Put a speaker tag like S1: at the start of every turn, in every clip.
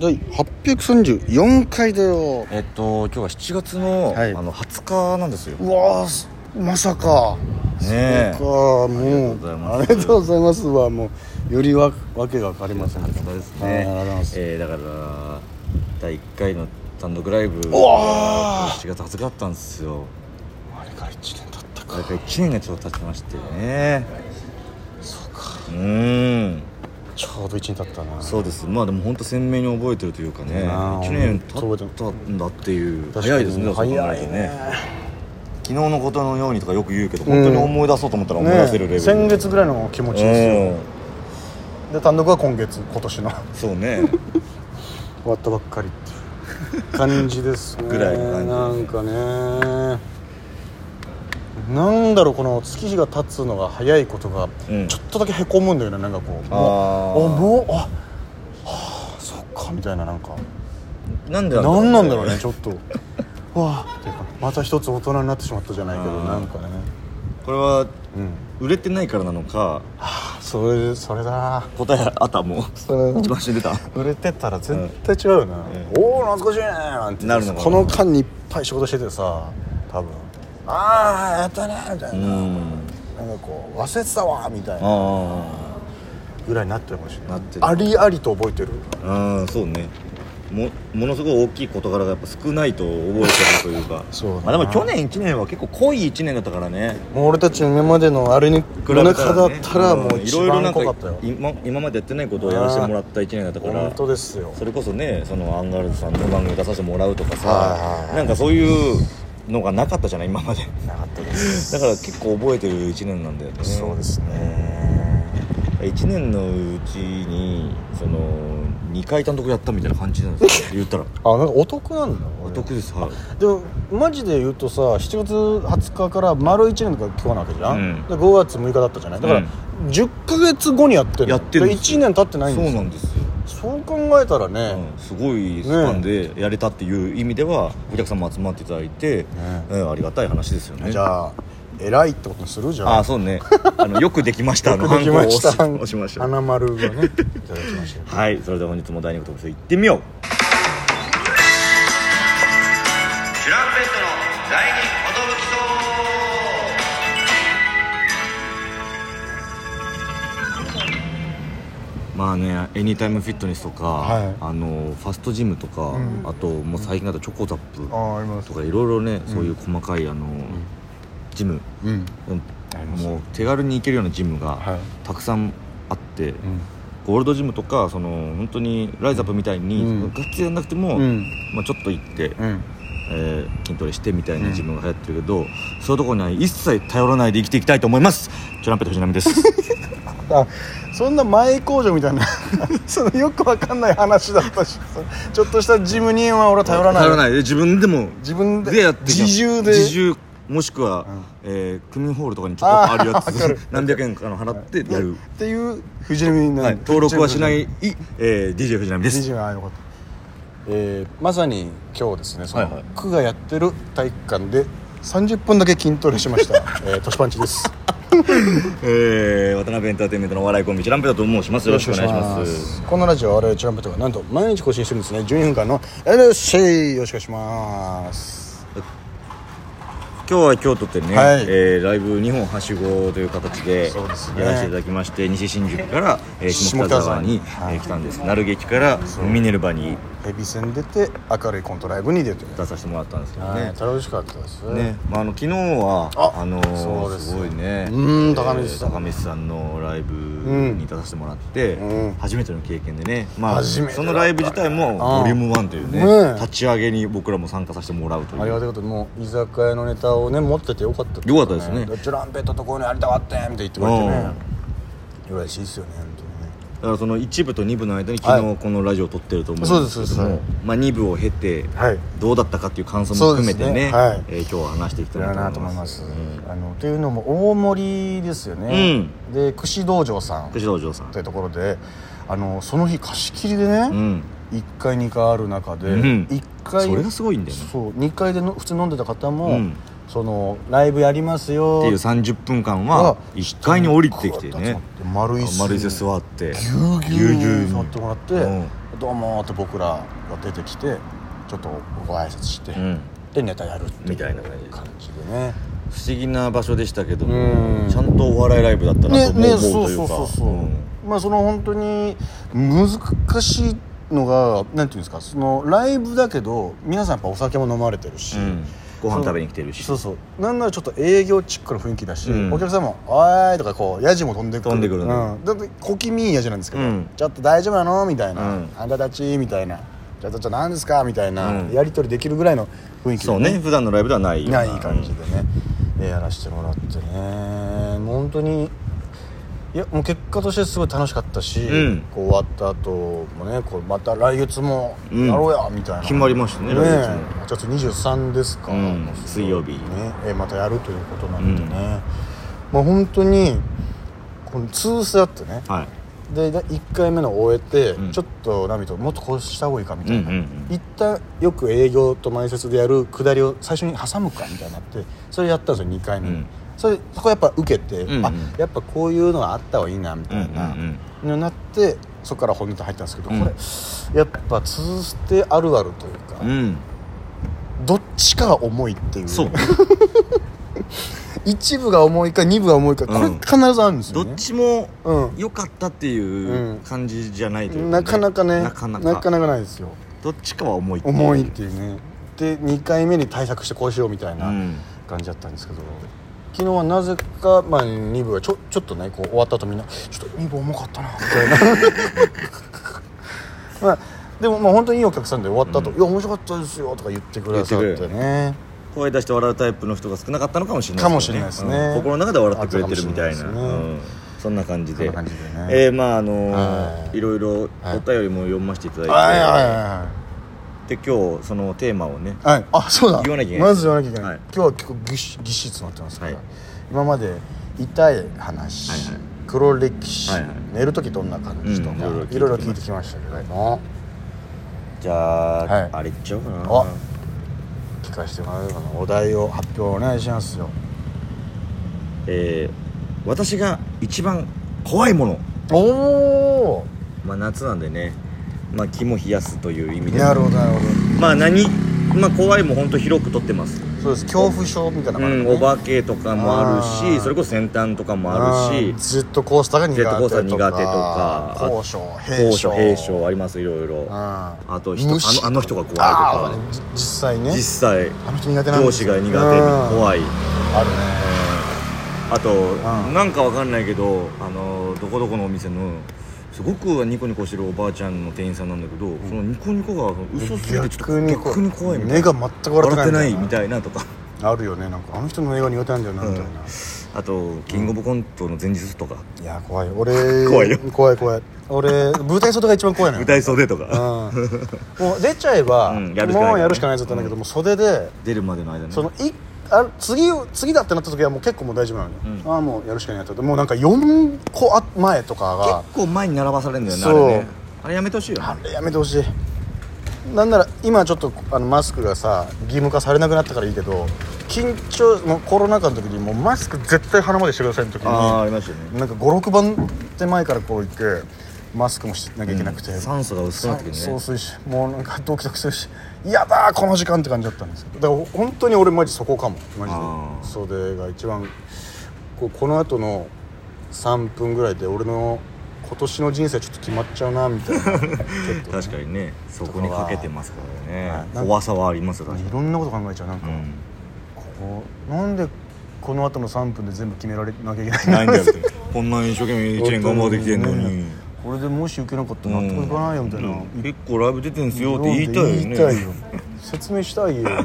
S1: 第834回だよ
S2: えっと今日は7月の,、
S1: はい
S2: あの20日なんですよね
S1: うわーすまさか
S2: え
S1: かもうあ
S2: あ
S1: り
S2: り
S1: が
S2: が
S1: とうございますはもうよりわわけが分かりませんけど
S2: 20日です
S1: はいありが
S2: ね
S1: とうございます
S2: えーだから第1回の単独ライブ
S1: うわ
S2: 7月20日だったんですよ
S1: あれから1年経った
S2: だから1年がちょっと経ちましてねそうかうーん
S1: ちょうど1年経ったな
S2: そうですまあでも本当鮮明に覚えてるというかね
S1: あー
S2: 1年
S1: ほ
S2: 経
S1: ん
S2: っ
S1: と
S2: たんだっていう
S1: 確かに
S2: 早いですねそう考えると
S1: 早いね
S2: 昨日のことのようにとかよく言うけど、
S1: ん
S2: 本当に思い出そうと思ったら思い出せるレベ
S1: ね
S2: ル、
S1: 先月ぐらいの気持ちで
S2: うん
S1: すよで単独は今月今年の終
S2: そうね
S1: わったばっかりっていう感じですね
S2: ぐらいの
S1: な
S2: 感
S1: んかねなんだろうこの月日が経つのが早いことが
S2: うん
S1: ちょっとだけへこむんだよねなんかこ う
S2: あ
S1: もう
S2: ー
S1: あもうあはあそっかみたいななんか
S2: なんでなんだろう
S1: 何なんだろうねちょっと わあっていうかまた一つ大人になってしまったじゃないけど
S2: あー
S1: なんかね
S2: これは
S1: うん
S2: 売れてないからなのか
S1: はあそれそれだな
S2: 答えあったもう
S1: それ
S2: 一番死んでた
S1: 売れてたら絶対違うよな、おお懐かしいねなんて
S2: なるのかな
S1: この間にいっぱい仕事しててさ多分ああやったねみたいうな、
S2: ん
S1: なんかこう忘れてたわみたいな
S2: あ
S1: ぐらいになってるかもしれない
S2: なってる
S1: ありありと覚えてる
S2: あうんそうねもものすごい大きい事柄がやっぱ少ないと覚えてるというか
S1: そうだな
S2: まあ、でも去年1年は結構濃い1年だったからね
S1: もう俺たちの今までのあれに比
S2: 比
S1: の
S2: べ
S1: 中だったら
S2: ね
S1: もうん一
S2: いろいろな
S1: 番
S2: ん
S1: 濃か
S2: か
S1: ったよ
S2: 今今までやってないことをやらせてもらった1年だったから
S1: 本当ですよ
S2: それこそねそのアンガールズさんの番組出させてもらうとか
S1: はいはいは
S2: さなんかそういうのがなかったじゃない今まで
S1: なかったです
S2: だから結構覚えてる1年なんだよね
S1: そうです
S2: ね1年のうちにその2回単独やったみたいな感じなんですよ 言ったら
S1: あなんかお得なんだ
S2: お
S1: 俺
S2: 得ですはい
S1: でもマジで言うとさ7月20日から丸1年が今日なわけじゃん、
S2: うん
S1: で5月6日だったじゃないだから、
S2: うん
S1: 10ヶ月後にやってる
S2: やってるんです
S1: 1
S2: よ
S1: 年経ってないん
S2: そ
S1: で
S2: う
S1: す
S2: な
S1: よ
S2: んですよ、
S1: そう考えたら
S2: う
S1: ね、
S2: ん、すごいスパンでやれたっていう意味ではお客様集まっていただいて、うん、ありがたい話ですよね
S1: じゃあ偉いってことにするじゃん
S2: ああそうねあのよくできました
S1: よくできました
S2: あのハンコを押しました
S1: 花丸がねいただきましたよ
S2: はいそれでは本日も第2部特集いってみようチュランペットの第2まあね、エニタイムフィットネスとか、
S1: はい
S2: あのファストジムとか、あともう最近だとチョコザップ
S1: ああります
S2: とかいろいろね、そういう細かいあの、ジム、
S1: うん
S2: うん
S1: あります
S2: もう手軽に行けるようなジム
S1: はい
S2: がたくさんあって、
S1: うん
S2: ゴールドジムとかその本当にライズアップみたいに、
S1: うん
S2: ガッツリやんなくても、
S1: うん
S2: まあ、ちょっと行って、
S1: うん
S2: えー筋トレしてみたいなジムが流行ってるけど、そういうところには一切頼らないで生きていきたいと思いますトランペット藤波です
S1: あそんな前工場みたいな そのよくわかんない話だったしちょっとしたジムには俺は頼らない
S2: 頼らないで自分でも
S1: 自分で
S2: でやってきます
S1: 自重で
S2: 自重もしくは、えークミンホールとかにちょっとあるや
S1: あーわかる
S2: つ何百円かの払ってやる、
S1: っていう藤波な
S2: はい、登録はしない、いえー、DJ 藤波です
S1: 藤波あよかったえーまさに今日ですねその、
S2: はいはい
S1: 区がやってる体育館で30分だけ筋トレしま した、えー、トシパンチです
S2: えー、渡辺エンターテインメントのお笑いコンビチランペットと申しますよろしくお願いします
S1: このラジオは我々チャンプとかなんと毎日更新してるんですね12分間の LC よろしくお願いします
S2: 今日は京都でね、
S1: はい
S2: えーライブ2本はしごという形で
S1: そうですね
S2: やらせていただきまして、西新宿から、えー下北沢に
S1: 下北沢に
S2: えー来たんです鳴劇からミネルヴァに
S1: ヘビ戦出て明るいコントライブに出てる
S2: 出させてもらったんですけど
S1: はい
S2: ね、
S1: 楽しかったです
S2: ねまあ、あの昨日は
S1: あ
S2: あのー
S1: そうです
S2: すごいね
S1: うん高見さん
S2: 高見さんのライブに出させてもらって、
S1: うん
S2: 初めての経験でね、まあ、
S1: 初めてだった
S2: そのライブ自体も
S1: ああ
S2: ボリューム1というね
S1: ねえ
S2: 立ち上げに僕らも参加させてもらうという
S1: ありがたいことにもう居酒屋のネタをね持っててよかった
S2: よかったですね
S1: チュランペットとこういうのやりたかったんって言ってくれてね嬉しいですよね本当にね
S2: だからその1部と2部の間に昨
S1: はい
S2: 日このラジオを撮ってると思うんですけど
S1: そう
S2: も、
S1: ですそうです
S2: まあ、2部を経て
S1: はい
S2: どうだったかっていう感想も含めて
S1: そうで
S2: ね
S1: すねはい
S2: えー今日は話していきたい
S1: だな
S2: な
S1: と
S2: と
S1: 思
S2: 思
S1: い
S2: い
S1: ま
S2: ますす、
S1: あのというのも大盛りですよね、で串道場さん
S2: うん、串道場さん
S1: というところであのその日貸し切りで
S2: う
S1: ね、
S2: ん
S1: 一1階2階ある中で、
S2: うん
S1: 一階
S2: それがすごいんだよね
S1: そう2階での普通飲んでた方も、
S2: うん
S1: そのライブやりますよ
S2: っていう30分間は1階に降りてきて
S1: ガーッと集
S2: ね
S1: まって丸い
S2: 丸い
S1: 椅
S2: 椅
S1: 子
S2: 子座って
S1: ぎゅうぎゅうに座ってもらって、
S2: うん
S1: 「どうも」って僕らが出てきてちょっとご挨拶して、
S2: うん
S1: でネタやるっていう
S2: みたいな感じ
S1: 感じでね
S2: 不思議な場所でしたけど
S1: う
S2: も
S1: ん
S2: ちゃんとお笑いライブだったな
S1: ね
S2: とも
S1: ね
S2: 思
S1: そうう
S2: とい
S1: そうう
S2: か
S1: そうそう、
S2: うん
S1: まあその本当に難しいのがなんていうんですかそのライブだけど皆さんやっぱお酒も飲まれてるし、
S2: うんご飯食べに来てるし
S1: そうそうなんならちょっと営業チックな雰囲気だし、
S2: うん
S1: お客さんも「おーい」とかこうヤジも飛んでくる
S2: 飛んでくるね
S1: うん、だって小気味いいヤジなんですけど、
S2: うん
S1: ちょっと大丈夫なの?」みたいな「
S2: うん
S1: あんたたち」みたいな「ちょっとちょっと何ですか?」みたいな、
S2: うん
S1: やり取りできるぐらいの雰囲気で
S2: そうね普段のライブではないよう
S1: ない感じでね、えやらせてもらってねもう本当にいやもう結果としてすごい楽しかったし、
S2: うん
S1: こう終わった後もねこうまた来月もやろうや、みたいな
S2: 決まりましたね
S1: ね
S2: 来月も
S1: 8月23ですか、
S2: うん
S1: もうすぐ
S2: 水曜日
S1: ね、えまたやるということなんでね、まあ本当にこの2スだってね
S2: はい
S1: でで1回目の終えて、
S2: うん
S1: ちょっとナビともっとこうした方がいいかみたいな、
S2: うんうんうん
S1: 一旦よく営業と前説でやるくだりを最初に挟むかみたいになってそれやったんですよ2回目、
S2: うん
S1: それそこやっぱ受けて、
S2: んうん
S1: あやっぱこういうのがあった方がいいなみたいな、
S2: うんうん
S1: のになってそこから本音と入ったんですけど、
S2: うん
S1: これやっぱ通すてあるあるというか、
S2: うん
S1: どっちかが重いっていう
S2: そう
S1: 一部が重いか二部が重いかこれ
S2: うん
S1: 必ずあるんです
S2: ど
S1: よね、
S2: っちも
S1: うん
S2: 良かったって
S1: う
S2: い
S1: ん
S2: う感じじゃないという
S1: なかなかね
S2: なかな
S1: なか
S2: か
S1: なかないですよ
S2: どっちかは重いってう
S1: 重いっていうねで2回目に対策してこうしようみたいうな、
S2: ん
S1: 感じだったんですけど昨日はなぜか、まあ、2部がちょちょっとねこう終わった後みんな「ちょっと2部重かったな」みたいな まあでもまあ本当にいいお客さんで終わった後、いや面白かったですよ」とか言ってくださっ
S2: 言って
S1: て
S2: く
S1: ね
S2: 声出して笑うタイプの人が少なかったのかもしれない
S1: かもしれないですね
S2: うん心の中で笑ってくれてるみたい
S1: あ
S2: な
S1: るかもしれないですね
S2: うんそんな感じ
S1: そん
S2: で
S1: な感じでね
S2: えーまああの
S1: は
S2: ー
S1: い
S2: いろいろお便りも読ませていた
S1: はいはい
S2: だい
S1: は
S2: てで今日そのテーマをね
S1: いはいあそうだ
S2: 言わなきゃいけない
S1: まず言わなきゃいけない、
S2: はい
S1: 今日は結構ぎっしぎっしり詰まってますから、
S2: はい
S1: 今まで痛い話、
S2: はいはい
S1: 黒歴史、
S2: はいはい
S1: 寝る時どんな感じとか、
S2: うん
S1: いろ
S2: いろ
S1: い
S2: い
S1: ろ
S2: ろ
S1: 聞
S2: 聞
S1: い
S2: い
S1: て
S2: て
S1: きましたけども
S2: じゃあ、
S1: はい
S2: あれいっちゃおうかな
S1: あ聞かせてもらえるかなお題を発表お願いしますよ
S2: えー私が一番怖いもの
S1: おお
S2: まあ夏なんでねまあ気も冷やすという意味で
S1: なるほどなるほ
S2: まあ何まあ怖いも本当広くとってます
S1: どそうです恐怖症みたいな
S2: う
S1: の
S2: ん、
S1: もある
S2: お化けとかもある
S1: あー
S2: しそれこそ先端とかもあるし
S1: ージェットコースターが苦手とか
S2: ジェットコースター苦手とか
S1: 高所平
S2: 高所
S1: 所
S2: 平所ありますいろいろ
S1: あ
S2: あと人
S1: 虫
S2: あのあの人が怖いと
S1: あ
S2: か
S1: ーじ実際ね
S2: 実際
S1: あの人苦手なん
S2: 上
S1: です
S2: 司
S1: よ
S2: が苦手
S1: うん
S2: 怖い
S1: あるね
S2: あと
S1: ん
S2: なんかわかんないけどあのどこどこのお店のすごくニコニコしてるおばあちゃんの店員さんなんだけど、そのニコニコが嘘すぎてち
S1: 逆
S2: ょっと
S1: に
S2: 逆に怖いみたい
S1: 目が
S2: な
S1: 全く笑っ
S2: 笑って
S1: てな
S2: ないいみたいなとか
S1: あるよねなんかあの人の映画苦手なんだよなみたいな、
S2: あとキングオブコントの前日とか
S1: いや怖い俺
S2: 怖いよ
S1: 怖い怖い俺舞台袖が一番怖いのよ
S2: 舞台袖と
S1: うん
S2: か
S1: もう出ちゃえば、
S2: うんやるしかないからね
S1: もうやるしかないやつだったんだけど、もう袖で
S2: 出るまでの間ね
S1: そのいあ次を次だってなった時はもう結構もう大丈夫なのよ、ああもうやるしかないやつだったもうなんか4個あ前とかが
S2: 結構前に並ばされるんだよねあ
S1: そう
S2: れねあれやめてほしいよね
S1: あれやめてほしいなんなら今ちょっとあのマスクがさ義務化されなくなったからいいけど緊張もうコロナ禍の時にもうマスク絶対鼻までしてくださいの時に
S2: あーありましたよね
S1: なんか56番手前からこう行ってマスクもしなきゃいけなくて、
S2: 酸素が薄くなってくるね
S1: そうするしもうなんかドキドキするしやだーこの時間って感じだったんですけどだから本当に俺マジそこかもマ
S2: あー
S1: ジで袖が一番こうこの後の3分ぐらいで俺の今年の人生ちょっと決まっちゃうなみたいなちょっ と
S2: 確かにねそこにかけてますから
S1: は
S2: ね
S1: い
S2: 怖さはありますよ確か
S1: いろんなこと考えちゃうなんか、
S2: に、うん
S1: こうなんでこの後の3分で全部決められなきゃいけない
S2: ないんだよってこんな一生懸命一年頑張ってきてん のに、
S1: これでもし受けなかったら納得いかないよみたいな、
S2: うん結構ライブ出てんすよって言いたいよね
S1: 言いたいよ説明したいよみたいな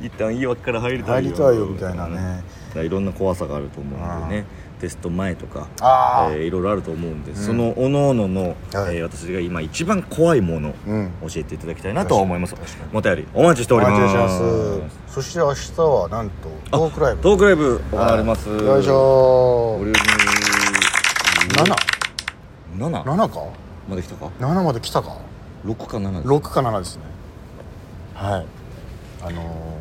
S2: 一旦言い訳から入りた
S1: 入
S2: いよ
S1: りたいよみたいなね
S2: だからいろんな怖さがあると思うんでねテスト前とか
S1: あー
S2: えーいろい ろあると思うんで、そのおのおのの、え
S1: はい
S2: ー私が今一番怖いもの、
S1: うん
S2: 教えていただきたいなとは思いますお便りお待ちして
S1: お
S2: おります
S1: 待ちしてますそして明日はなんとトークライブ
S2: トークライブ行われます、
S1: よいしょ
S2: ボリューム
S1: 77
S2: 7
S1: か
S2: まで来たか
S1: 7まで来たか
S2: 6か7
S1: 6か7ですねはいあのー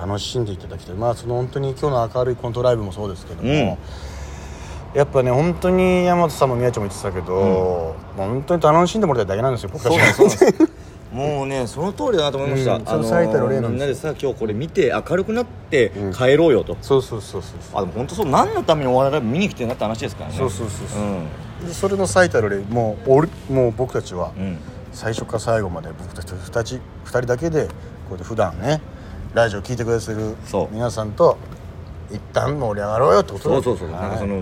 S1: 楽しんでいただきたいまあその本当に今日の明るいコントライブもそうですけども、
S2: うん
S1: ややっぱね本当に山本さんも宮ちゃんも言ってたけど、もう本当に楽しんでもらいたいだけなんですよ僕た
S2: そう
S1: ち
S2: なんですそうなんです もうねその通りだなと思いました、
S1: うん
S2: あの
S1: その最たる例なんです
S2: みんなでさ今日これ見て明るくなって帰ろうよと、
S1: そうそうそうそう
S2: あでも本当そう何のためにお笑いライブ見に来てんだって話ですからね
S1: そうそうそうそううんでそれの最たる例もう俺もう僕たちは
S2: うん
S1: 最初から最後まで僕たち2人二人だけでこうやって普段ねラジオ聞いてくださる
S2: そう
S1: 皆さんと一旦盛り上がろうよってこと
S2: そ
S1: だ
S2: うそうそう、
S1: はい
S2: なんかその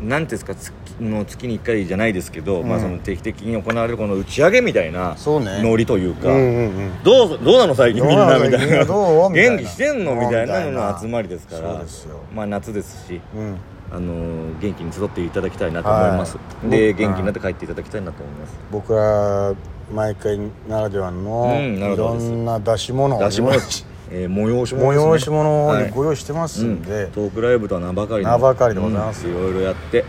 S2: なんていうんですか月の月に1回じゃないですけど、まあ、その定期的に行われるこの打ち上げみたいな
S1: そうね
S2: ノリというか
S1: うんうんうん
S2: どうどうなの最近みんなみた
S1: どうなの
S2: いな
S1: みんなどうみたいな
S2: 元気してんのみたいなのの集まりですから
S1: そうですよ
S2: まあ、夏ですし、
S1: うん
S2: あのー元気に集っていただきたいなと思います、
S1: はい
S2: で
S1: 僕
S2: 元気になって帰っていただきたいなと思います
S1: 僕ら毎回ならではの
S2: うんなる
S1: い
S2: ほ
S1: ろ
S2: どです
S1: んな出し物を
S2: 出し物、えー、催し物ですね
S1: 催し物を
S2: はい
S1: ご用意してますん
S2: う
S1: で
S2: ん、トークライブとは名ばかりの
S1: 名ばかりでございます
S2: うんいろいろやって、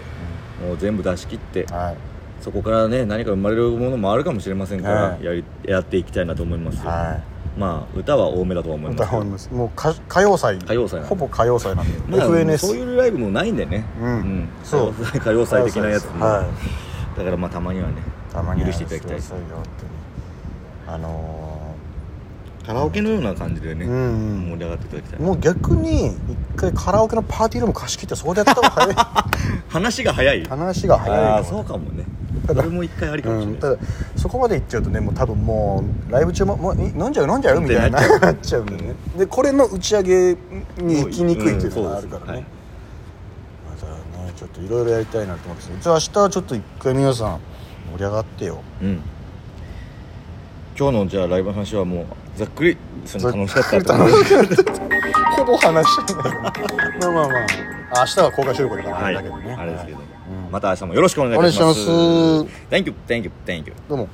S2: もう全部出し切って、
S1: はい
S2: そこからね何か生まれるものもあるかもしれませんから、
S1: はい
S2: やりやっていきたいなと思います、
S1: はい
S2: まあ歌は多めだとは思いますけ
S1: 歌
S2: ど
S1: うんですもうか歌謡祭
S2: 歌謡祭なんで
S1: ほぼ歌謡祭なんで、
S2: まあ
S1: FNS
S2: そういうライブもないんでね、
S1: うん
S2: そ
S1: そうう
S2: 歌謡祭的なやつも、
S1: は
S2: だからまあたまにはね
S1: い、たまには
S2: 許していただきたいです
S1: そうよ本当にあの
S2: カラオケのような感じでね、
S1: うんうん
S2: 盛り上がっていただきたい
S1: ー、もう逆に一回カラオケのパーティールーム貸し切ってそこでやった方が早い
S2: 話が早い
S1: 話が早い
S2: あ
S1: か
S2: あ
S1: も
S2: そうかもね
S1: た
S2: そ
S1: だ
S2: れも一回ありかもし
S1: う
S2: れ
S1: ん、
S2: な
S1: た
S2: い、
S1: だそこまで行っちゃうとねもう多分もうライブ中ももうい飲んじゃうよ飲んじゃうよみたいな
S2: って
S1: なっちゃうんでねでこれの打ち上げに行きにくいっていうのがあるからね、
S2: うん
S1: またねちょっといろいろやりたいなと思ってますじゃあ明日ちょっと一回皆さん盛り上がってよ
S2: うん今日のじゃあライブの話はもうざっくりその楽しかったってことで
S1: ほぼ話してない まあまあまあ明日は公開収録だからあ
S2: は
S1: れ
S2: い、
S1: だけどね、
S2: あれですけど、
S1: うん
S2: また明日もよろしくお願いいたします。
S1: お願いします
S2: Thank you, thank you, thank you.
S1: どうも